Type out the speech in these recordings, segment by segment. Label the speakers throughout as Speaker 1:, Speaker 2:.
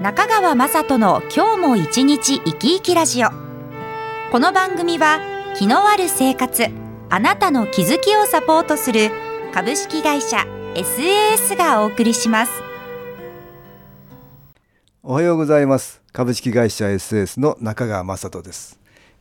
Speaker 1: 中川雅人の今日も一日生き生きラジオこの番組は気のある生活あなたの気づきをサポートする株式会社 SAS がお送りします
Speaker 2: おはようございます株式会社 SS の中川雅人です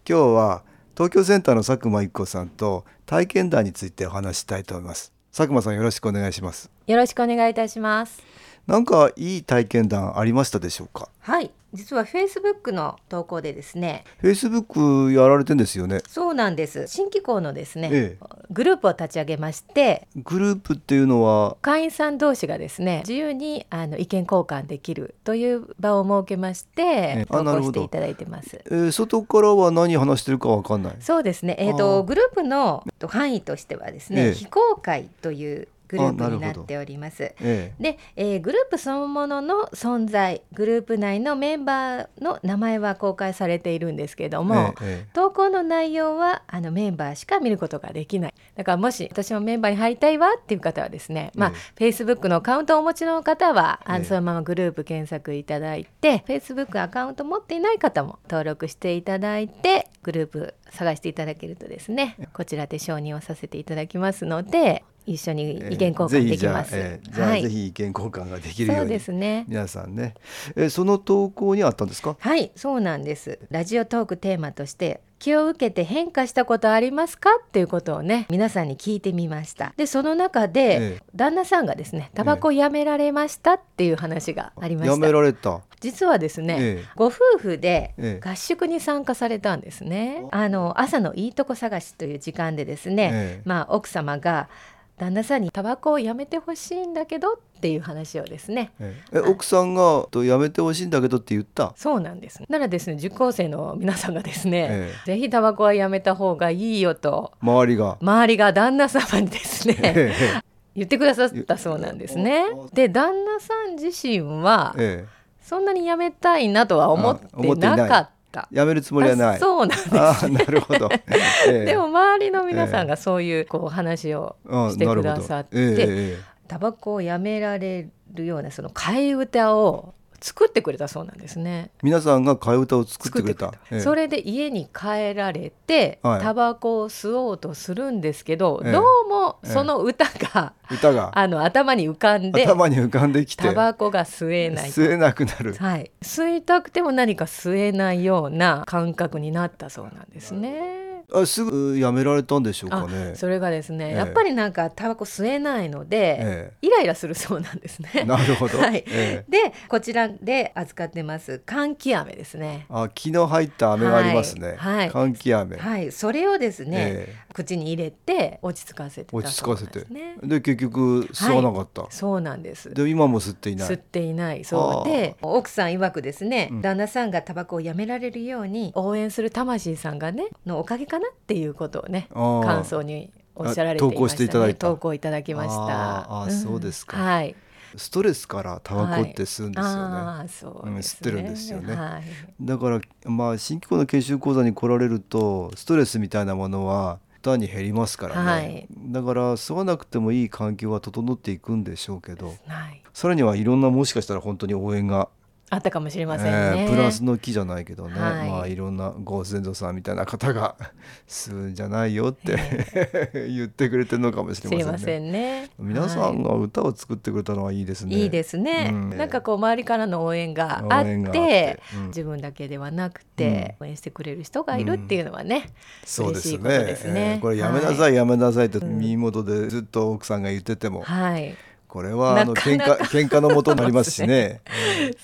Speaker 2: 今日は東京センターの佐久間一子さんと体験談についてお話ししたいと思います佐久間さんよろしくお願いします
Speaker 3: よろしくお願いいたします。
Speaker 2: なんかいい体験談ありましたでしょうか
Speaker 3: はい、実は Facebook の投稿でですね、
Speaker 2: Facebook やられてんですよね
Speaker 3: そうなんです。新機構のですね、
Speaker 2: え
Speaker 3: グループを立ち上げまして、
Speaker 2: グループっていうのは
Speaker 3: 会員さん同士がですね、自由にあの意見交換できるという場を設けまして
Speaker 2: え、あ
Speaker 3: 投
Speaker 2: なる
Speaker 3: 稿
Speaker 2: ほ
Speaker 3: し
Speaker 2: ど
Speaker 3: ていただいてます。
Speaker 2: えー外からは何話してるかわかんない
Speaker 3: そうですね。えっ、
Speaker 2: あー
Speaker 3: とグループのと範囲としてはです
Speaker 2: え
Speaker 3: ね、
Speaker 2: え
Speaker 3: 非公開というグルー
Speaker 2: あな
Speaker 3: プ
Speaker 2: る
Speaker 3: に
Speaker 2: ほど
Speaker 3: なっております。
Speaker 2: え
Speaker 3: で、えーグループそのものの存在グループ内のメンバーの名前は公開されているんですけれど
Speaker 2: え
Speaker 3: も、
Speaker 2: え
Speaker 3: 投稿の内容はあのメンバーしか見ることができないだからもし私もメンバーに入りたいわっていう方はですね、まあ、Facebook のアカウントをお持ちの方はあ
Speaker 2: ええ
Speaker 3: のそのままグループ検索いただいて Facebook アカウント持っていない方も登録していただいてグループ探していただけるとですねこちらで承認をさせていただきますので一緒に意
Speaker 2: ええ
Speaker 3: 見交換できます。
Speaker 2: ぜひじゃあ、ええじゃあ
Speaker 3: はい
Speaker 2: ぜひ意見交換ができるよ
Speaker 3: そうう
Speaker 2: に
Speaker 3: ですね
Speaker 2: 皆さんね、えーその投稿にあったんですか
Speaker 3: はいそうなんですラジオトークテーマとして気を受けて変化したことありますかっていうことをね皆さんに聞いてみましたでその中
Speaker 2: え
Speaker 3: で、
Speaker 2: え
Speaker 3: 旦那さんがですねタバコやめられましたっていう話がありま
Speaker 2: や
Speaker 3: した、
Speaker 2: められた、
Speaker 3: 実はですね、
Speaker 2: ええ
Speaker 3: ご夫婦で
Speaker 2: ええ
Speaker 3: 合宿に参加されたんですね、あの朝のいいとこ探しという時間でですね、
Speaker 2: ええ
Speaker 3: まあ奥様が旦那さんにタバコをやめてほしいんだけどっていう話をですね
Speaker 2: えええ奥さんがとやめてほしいんだけどって言った、
Speaker 3: そうなんです。ならですね、受講生の皆さんがですね、
Speaker 2: え
Speaker 3: ぜひタバコはやめた方がいいよと、
Speaker 2: 周りが、
Speaker 3: 周りが旦那様にです
Speaker 2: え
Speaker 3: ね、
Speaker 2: え
Speaker 3: 言ってくださったそうなんですね
Speaker 2: おお。
Speaker 3: で、旦那さん自身は、
Speaker 2: え
Speaker 3: そんなにやめたいなとは思っ
Speaker 2: あ思ってていない
Speaker 3: なかった。
Speaker 2: えやめるつもりはな
Speaker 3: あ
Speaker 2: い
Speaker 3: そうなんです。
Speaker 2: ああなるほど、ええ
Speaker 3: でも周りの皆さんがそういうこうお話を
Speaker 2: あ
Speaker 3: して
Speaker 2: なる
Speaker 3: く
Speaker 2: ほど
Speaker 3: ださっ
Speaker 2: ええ
Speaker 3: て
Speaker 2: ええ
Speaker 3: タバコをやめられるようなその替え歌を作ってくれたそうなんですね。
Speaker 2: 皆さんが替え歌を作ってくれた
Speaker 3: 作ってくれたそ
Speaker 2: れ
Speaker 3: れで家に帰られて、
Speaker 2: はい
Speaker 3: タバコを吸おうとするんですけど、
Speaker 2: ええ
Speaker 3: どうもその歌が、
Speaker 2: 歌が
Speaker 3: あの頭に浮かんで
Speaker 2: 頭に浮かんできて
Speaker 3: タバコが吸えない。
Speaker 2: 吸えなくなる
Speaker 3: はい、吸いたくても何か吸えないような感覚になったそうなんですね。
Speaker 2: あすぐやめられたんでしょうか
Speaker 3: あ
Speaker 2: ね
Speaker 3: それがですね、
Speaker 2: ええ
Speaker 3: やっぱりなんかタバコ吸えないので、
Speaker 2: え
Speaker 3: イライラするそうなんです
Speaker 2: え
Speaker 3: ね。
Speaker 2: なるほど、
Speaker 3: はい
Speaker 2: ええ
Speaker 3: でこちらで扱ってます換気飴ですね。
Speaker 2: あ昨日入った飴がありますね、
Speaker 3: はいはい
Speaker 2: 換気飴、
Speaker 3: はい、それをですね、
Speaker 2: え
Speaker 3: 口に入れて落ち着かせてた
Speaker 2: 落ち着かせて
Speaker 3: そうなんですね
Speaker 2: えで結局吸わなかった、
Speaker 3: そうなんです
Speaker 2: で今も吸っていない
Speaker 3: 吸っていないそうで奥さん曰くですね、
Speaker 2: うん
Speaker 3: 旦那さんがタバコをやめられるように応援する魂さんがねのおかげかなっていうことをね
Speaker 2: あー
Speaker 3: 感想におっしゃられていま
Speaker 2: あ
Speaker 3: した、ね、
Speaker 2: 投稿していただいた
Speaker 3: 投稿いただきました
Speaker 2: あーあーそうですか
Speaker 3: はい
Speaker 2: ストレスからタバコって吸うんですよね、
Speaker 3: ああそうです、ね、
Speaker 2: うん吸ってるんですよね
Speaker 3: はい、
Speaker 2: だからまあ新機構の研修講座に来られるとストレスみたいなものは単に減りますからね、
Speaker 3: はい
Speaker 2: だから吸わなくてもいい環境は整っていくんでしょうけど
Speaker 3: はい、
Speaker 2: さらにはいろんなもしかしたら本当に応援が、
Speaker 3: あったかもしれませんね、
Speaker 2: えープラスの木じゃないけどね、
Speaker 3: はい
Speaker 2: まあいろんなご先祖さんみたいな方が吸うんじゃないよって、 言ってくれてるのかもしれ
Speaker 3: す
Speaker 2: ません
Speaker 3: い
Speaker 2: ね。
Speaker 3: ませんね
Speaker 2: 皆さ
Speaker 3: はい
Speaker 2: んが歌を作ってくれたのはいいですね。
Speaker 3: いいですね、
Speaker 2: うん
Speaker 3: なんかこう周りからの応援があっ
Speaker 2: 応援が
Speaker 3: て
Speaker 2: あってうん
Speaker 3: 自分だけではなくて、応援してくれる人がいるっていうのはね、
Speaker 2: そうで
Speaker 3: 嬉し
Speaker 2: すね
Speaker 3: いことですね、
Speaker 2: えーこれやめなさい、
Speaker 3: はい、
Speaker 2: やめなさいって耳元でずっと奥さんが言ってても、
Speaker 3: はい
Speaker 2: これはあの
Speaker 3: なか
Speaker 2: 喧
Speaker 3: な
Speaker 2: 嘩
Speaker 3: か
Speaker 2: 喧嘩の元になりますしね。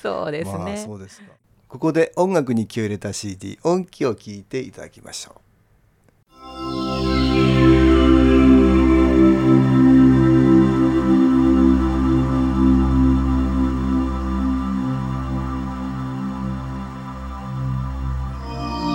Speaker 3: そうですね、
Speaker 2: まあそうですか。ここで音楽に気を入れた CD 音気を聞いていただきましょう。
Speaker 4: 「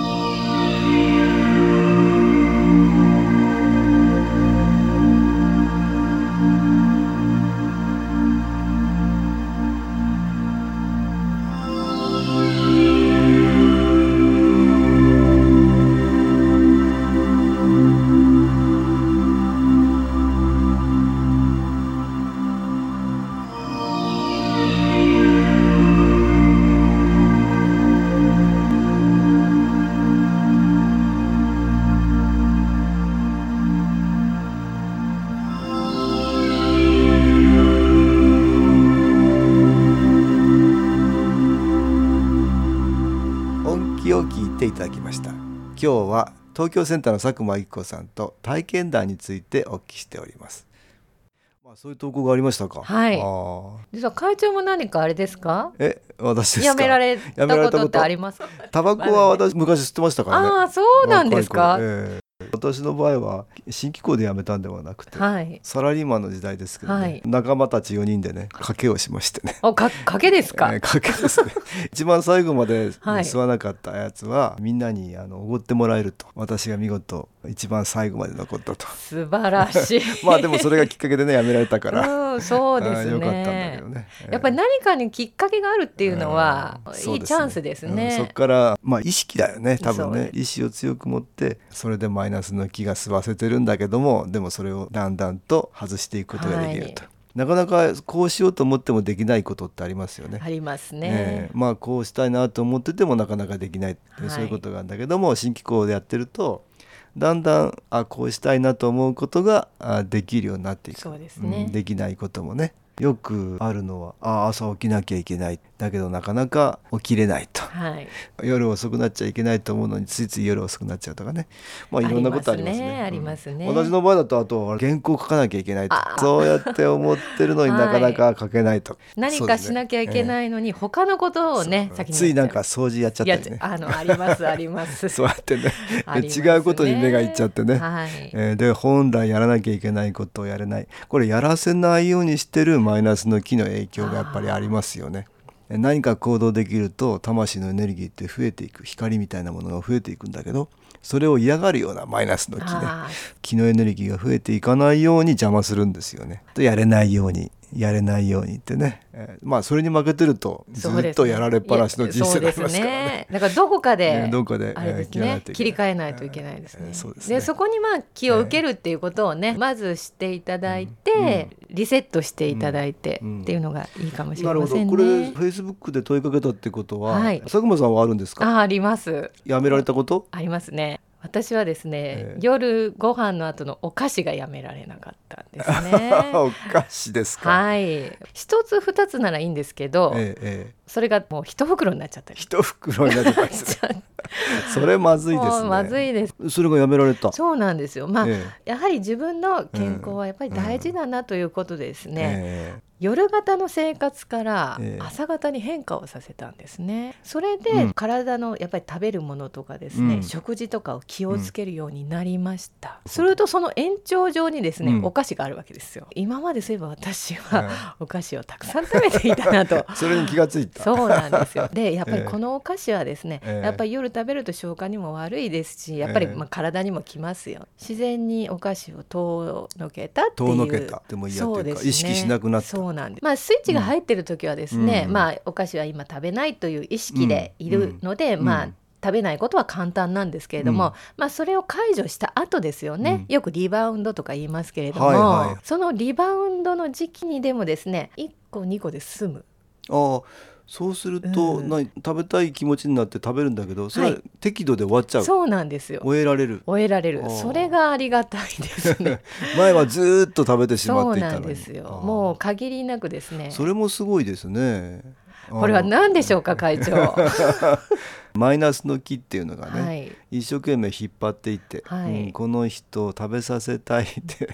Speaker 2: 来ていただきました今日は東京センターの佐久間一子さんと体験談についてお聞きしておりますまあそういう投稿がありましたか
Speaker 3: はい
Speaker 2: あー
Speaker 3: 実は会長も何かあれですか
Speaker 2: え私ですか
Speaker 3: やめられ
Speaker 2: や
Speaker 3: た
Speaker 2: められ
Speaker 3: こ
Speaker 2: たこと
Speaker 3: とってありますか、
Speaker 2: タバコは私昔吸ってましたからね
Speaker 3: ああそうなんですか、
Speaker 2: 若い頃ええ私の場合は新機構で辞めたんではなくて、
Speaker 3: はい
Speaker 2: サラリーマンの時代ですけどね、
Speaker 3: はい
Speaker 2: 仲間たち4人でね賭けをしましてね
Speaker 3: おか賭けですか、
Speaker 2: えー賭けです ね一番最後まで
Speaker 3: はい
Speaker 2: 吸わなかったやつは、みんなにあのおごってもらえると私が見事一番最後まで残ったと
Speaker 3: 素晴らしい
Speaker 2: まあでもそれがきっかけでねやめられたから
Speaker 3: うん そうで
Speaker 2: あー
Speaker 3: すね
Speaker 2: よかったんだけどね、えー
Speaker 3: やっぱり何かにきっかけがあるっていうのは
Speaker 2: うん、そう
Speaker 3: いいチャンスですね。
Speaker 2: うんそこからまあ意識だよね多分
Speaker 3: そう
Speaker 2: ね意識を強く持ってそれでマイナスの気が吸わせてるんだけどもでもそれをだんだんと外していくことができると、
Speaker 3: は
Speaker 2: なかなかこうしようと思ってもできないことってありますよね。
Speaker 3: あります
Speaker 2: ええ
Speaker 3: ね。
Speaker 2: まあこうしたいなと思っててもなかなかできないっていう
Speaker 3: はい
Speaker 2: そういうことがあるんだけども、新機構でやってるとだんだんあこうしたいなと思うことがあできるようになっていく
Speaker 3: そうですね
Speaker 2: んできないこともねよくあるのはあ朝起きなきゃいけないだけどなかなか起きれないと
Speaker 3: はい。
Speaker 2: 夜遅くなっちゃいけないと思うのについつい夜遅くなっちゃうとかねまあいろんなことありますね。
Speaker 3: ありますね
Speaker 2: う
Speaker 3: ありますね
Speaker 2: ん私の場合だとあとは原稿書かなきゃいけないと
Speaker 3: あー
Speaker 2: そうやって思ってるのになかなか書けないと、
Speaker 3: 何かしなきゃいけ
Speaker 2: い
Speaker 3: ないのに、他のことをね、先にやっち
Speaker 2: つ
Speaker 3: ゃう
Speaker 2: いなんか掃除やっちゃっ
Speaker 3: いや
Speaker 2: たりね
Speaker 3: あのありますあります。
Speaker 2: そうやってね
Speaker 3: ありますね
Speaker 2: 違うことに目がいっちゃってね、
Speaker 3: はい。
Speaker 2: えーで本来やらなきゃいけないことをやれないこれやらせないようにしてるマイナスの気の影響がやっぱりありますよねえ何か行動できると魂のエネルギーって増えていく光みたいなものが増えていくんだけどそれを嫌がるようなマイナスの気ね
Speaker 3: あ
Speaker 2: 気のエネルギーが増えていかないように邪魔するんですよね。とやれないようにやれないようにってね、えーまあそれに負けてるとず
Speaker 3: そうですね
Speaker 2: っとやられっぱなしの人生になりますから
Speaker 3: いやそう
Speaker 2: ね。
Speaker 3: ですだからどこかで、
Speaker 2: ねどっかで
Speaker 3: あれで
Speaker 2: えー
Speaker 3: す
Speaker 2: 切らない
Speaker 3: ね
Speaker 2: といけない
Speaker 3: 切り替えないといけないですね。
Speaker 2: えーそうですね
Speaker 3: そこにまあ気を受けるっていうことをね、まずしていただいて、リセットしていただいて、
Speaker 2: うん
Speaker 3: っていうのがいいかもしれ
Speaker 2: なる
Speaker 3: ま
Speaker 2: ほ
Speaker 3: せ
Speaker 2: ど。
Speaker 3: ん
Speaker 2: これ
Speaker 3: ね。
Speaker 2: フェイスブックで問いかけたってことは、
Speaker 3: はい
Speaker 2: 佐久間さんはあるんですか。
Speaker 3: ああります
Speaker 2: やめられたこと？
Speaker 3: ありますね。私はですね、
Speaker 2: えー
Speaker 3: 夜ご飯の後のお菓子がやめられなかったんです ね。
Speaker 2: おかしいですか。
Speaker 3: はい、一つ二つならいいんですけど、
Speaker 2: ええええ
Speaker 3: それがもう一袋になっちゃったり。
Speaker 2: 一袋になって ますね。それまずいです
Speaker 3: も
Speaker 2: ね。
Speaker 3: うまずいです。
Speaker 2: それがやめられた。
Speaker 3: そうなんですよ。まあ、
Speaker 2: ええ
Speaker 3: やはり自分の健康はやっぱり大事だなということでですね、
Speaker 2: え
Speaker 3: 夜型の生活から
Speaker 2: ええ
Speaker 3: 朝型に変化をさせたんですねそれ
Speaker 2: う
Speaker 3: で
Speaker 2: ん
Speaker 3: 体のやっぱり食べるものとかですね、
Speaker 2: うん
Speaker 3: 食事とかを気をつけるようになりました、するとその延長上にですね、
Speaker 2: うん
Speaker 3: お菓子があるわけですよ今までそういえば私
Speaker 2: え
Speaker 3: はお菓子をたくさん食べていたな と
Speaker 2: えそれに気がついた。
Speaker 3: そうなんですよ。で、やっぱ
Speaker 2: え
Speaker 3: り
Speaker 2: え
Speaker 3: このお菓子はですね、
Speaker 2: ええ
Speaker 3: やっぱり夜食べると消化にも悪いですし、やっぱり
Speaker 2: ええ
Speaker 3: まあ体にもきますよ。自然にお菓子を遠のけたっていう。
Speaker 2: 遠のけたでもいいやというか
Speaker 3: そですね
Speaker 2: 意識しなくなった
Speaker 3: そうなんです。まあスイッチが入ってる時はですね、
Speaker 2: うん
Speaker 3: まあお菓子は今食べないという意識でいるので、
Speaker 2: うん
Speaker 3: ま
Speaker 2: う
Speaker 3: あ
Speaker 2: ん。
Speaker 3: 食べないことは簡単なんですけれども、
Speaker 2: うん
Speaker 3: まあそれを解除した後ですよね、
Speaker 2: うん
Speaker 3: よくリバウンドとか言いますけれども、
Speaker 2: はいはい
Speaker 3: そのリバウンドの時期にでもですね1個2個で済む
Speaker 2: ああそうすると、
Speaker 3: うん
Speaker 2: な食べたい気持ちになって食べるんだけどそれは
Speaker 3: は
Speaker 2: 適度で終わっちゃう、
Speaker 3: そうなんですよ
Speaker 2: 終えられる
Speaker 3: 終えられ
Speaker 2: あ
Speaker 3: る
Speaker 2: ー
Speaker 3: それがありがたいです ね
Speaker 2: 前はずーっと食べてしま
Speaker 3: そ
Speaker 2: っ
Speaker 3: う
Speaker 2: ていた
Speaker 3: な
Speaker 2: の
Speaker 3: ん
Speaker 2: に
Speaker 3: ですよ
Speaker 2: ああ
Speaker 3: もう限りなくですね
Speaker 2: それもすごいですね
Speaker 3: これは
Speaker 2: あ
Speaker 3: 何でしょうか会長
Speaker 2: あマイナスの気っていうのがね、
Speaker 3: はい
Speaker 2: 一生懸命引っ張っていって、
Speaker 3: はい
Speaker 2: うんこの人を食べさせたいって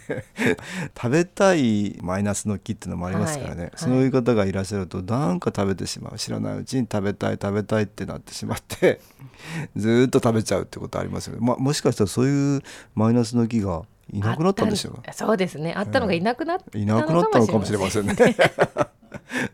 Speaker 2: 食べたいマイナスの気っていうのもありますからね、
Speaker 3: はい
Speaker 2: そういう方がいらっしゃるとなんか食べてしまう知らないうちに食べたい食べたいってなってしまって ずーっと食べちゃうってことありますよね、まあ、もしかしたらそういうマイナスの気がいなくなったんでしょうか
Speaker 3: あたそうですねあったのがいなくなった
Speaker 2: いなくなったのかもしれませんね。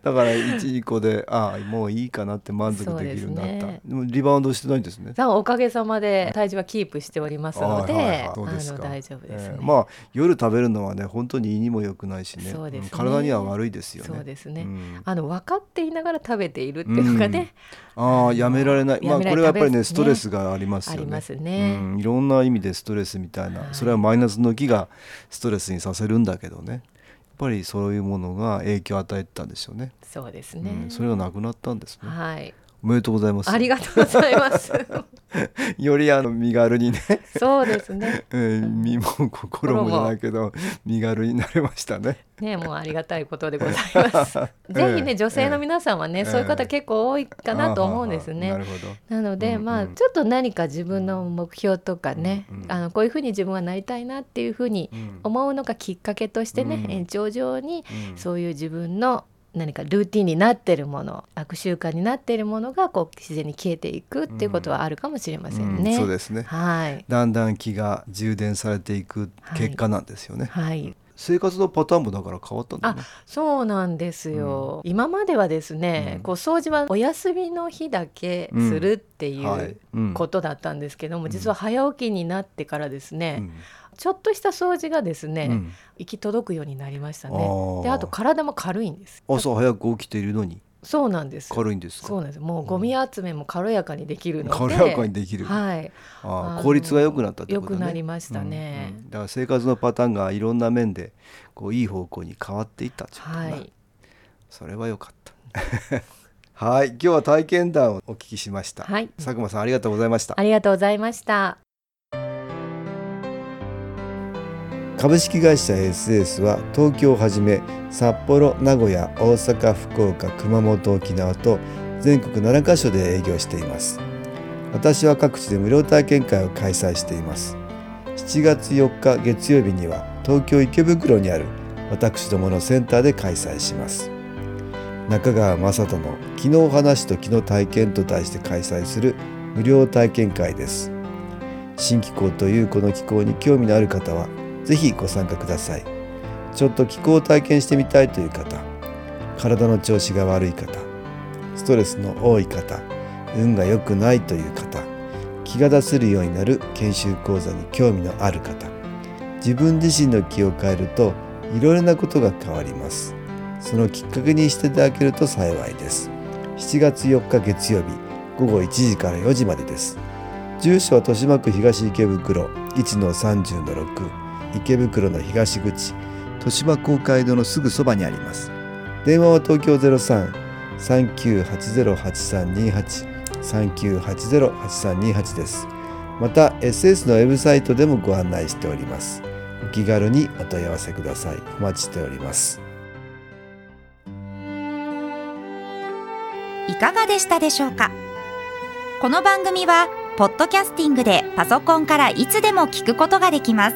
Speaker 2: だから一個でああもういいかなって満足できるようになった。で
Speaker 3: そうですね
Speaker 2: もリバウンドしてないんですね。
Speaker 3: さあおかげさまで体重はキープしておりますので、
Speaker 2: はいはいはいそうです
Speaker 3: あ
Speaker 2: か
Speaker 3: の大丈夫ですね、
Speaker 2: ええまあ夜食べるのはね本当に胃にも良くないしね
Speaker 3: そうですね
Speaker 2: ん体には悪いですよね。
Speaker 3: そうですね
Speaker 2: ん
Speaker 3: あの分かっていながら食べているっていうのがね、
Speaker 2: ああやめられない。ま
Speaker 3: や
Speaker 2: あこ
Speaker 3: められ
Speaker 2: れはやっぱりねス
Speaker 3: 食
Speaker 2: ト
Speaker 3: べ
Speaker 2: レ
Speaker 3: る
Speaker 2: スがありますよね。
Speaker 3: ありますね
Speaker 2: うんいろんな意味でストレスみたいな、
Speaker 3: はい
Speaker 2: それはマイナスの気がストレスにさせるんだけどね。やっぱりそういうものが影響を与えてたんでしょうね。
Speaker 3: そうです
Speaker 2: う
Speaker 3: ね、
Speaker 2: ん、それがなくなったんですね。
Speaker 3: はい
Speaker 2: おめでとうございます
Speaker 3: ありがとうござい ます。
Speaker 2: よりあの身軽にね、
Speaker 3: そうですね。
Speaker 2: えー身も心もじゃないけど身軽になれましたね
Speaker 3: ね、もうありがたいことでござい ます。ぜひね、女性の皆さんはね、
Speaker 2: ええ
Speaker 3: そういう方結構多いかなと思うんですね。
Speaker 2: あーはーはーなるほど
Speaker 3: なので、
Speaker 2: うん
Speaker 3: まあ
Speaker 2: うん
Speaker 3: ちょっと何か自分の目標とかね、
Speaker 2: うんうん
Speaker 3: あのこういうふうに自分はなりたいなっていうふうに
Speaker 2: うん
Speaker 3: 思うのがきっかけとしてね、
Speaker 2: うん
Speaker 3: 延長上に
Speaker 2: うん
Speaker 3: そういう自分の何かルーティンになってるもの悪習慣になってるものがこう自然に消えていくっていうことはあるかもしれませんね。
Speaker 2: うんそうですね
Speaker 3: はい、
Speaker 2: だんだん気が充電されていく結果なんですよね、
Speaker 3: はい
Speaker 2: 生活のパターンもだから変わったんだね
Speaker 3: そうなんですよ、今まではですね、
Speaker 2: うん
Speaker 3: こう掃除はお休みの日だけするっていう、
Speaker 2: はいうん
Speaker 3: ことだったんですけども、
Speaker 2: うん
Speaker 3: 実は早起きになってからですね、
Speaker 2: うん
Speaker 3: ちょっとした掃除がですね、
Speaker 2: うん
Speaker 3: 行き届くようになりました
Speaker 2: あ
Speaker 3: ね
Speaker 2: ー
Speaker 3: であと体も軽いんです
Speaker 2: 朝早く起きているのに
Speaker 3: そうなんです
Speaker 2: 軽いんですか
Speaker 3: そうなんですもうゴミ集めも軽やかにできるので
Speaker 2: 軽やかにできる、
Speaker 3: はいあ
Speaker 2: あー
Speaker 3: の
Speaker 2: 効率が良くなったってことね
Speaker 3: 良くなりましたね
Speaker 2: うんうんだから生活のパターンがいろんな面でこういい方向に変わっていったってことだ
Speaker 3: は
Speaker 2: ないそれは良かった はい今日は体験談をお聞きしました、
Speaker 3: はい
Speaker 2: 佐久間さんありがとうございました
Speaker 3: ありがとうございました
Speaker 2: 株式会社 SS は東京をはじめ札幌名古屋大阪福岡熊本沖縄と全国7カ所で営業しています私は各地で無料体験会を開催しています7月4日月曜日には東京池袋にある私どものセンターで開催します中川雅人の「昨日話と昨日体験」と題して開催する無料体験会です新機構というこの機構に興味のある方はぜひご参加くださいちょっと気候を体験してみたいという方体の調子が悪い方ストレスの多い方運が良くないという方気が出せるようになる研修講座に興味のある方自分自身の気を変えるといろいろなことが変わりますそのきっかけにしていただけると幸いです7月4日月曜日午後1時から4時までです住所は豊島区東池袋1の30の6池袋の東口豊島公会堂のすぐそばにあります電話は東京03-3980-8328 3980-8328ですまた SS のウェブサイトでもご案内しておりますお気軽にお問い合わせくださいお待ちしております
Speaker 1: いかがでしたでしょうかこの番組はポッドキャスティングでパソコンからいつでも聞くことができます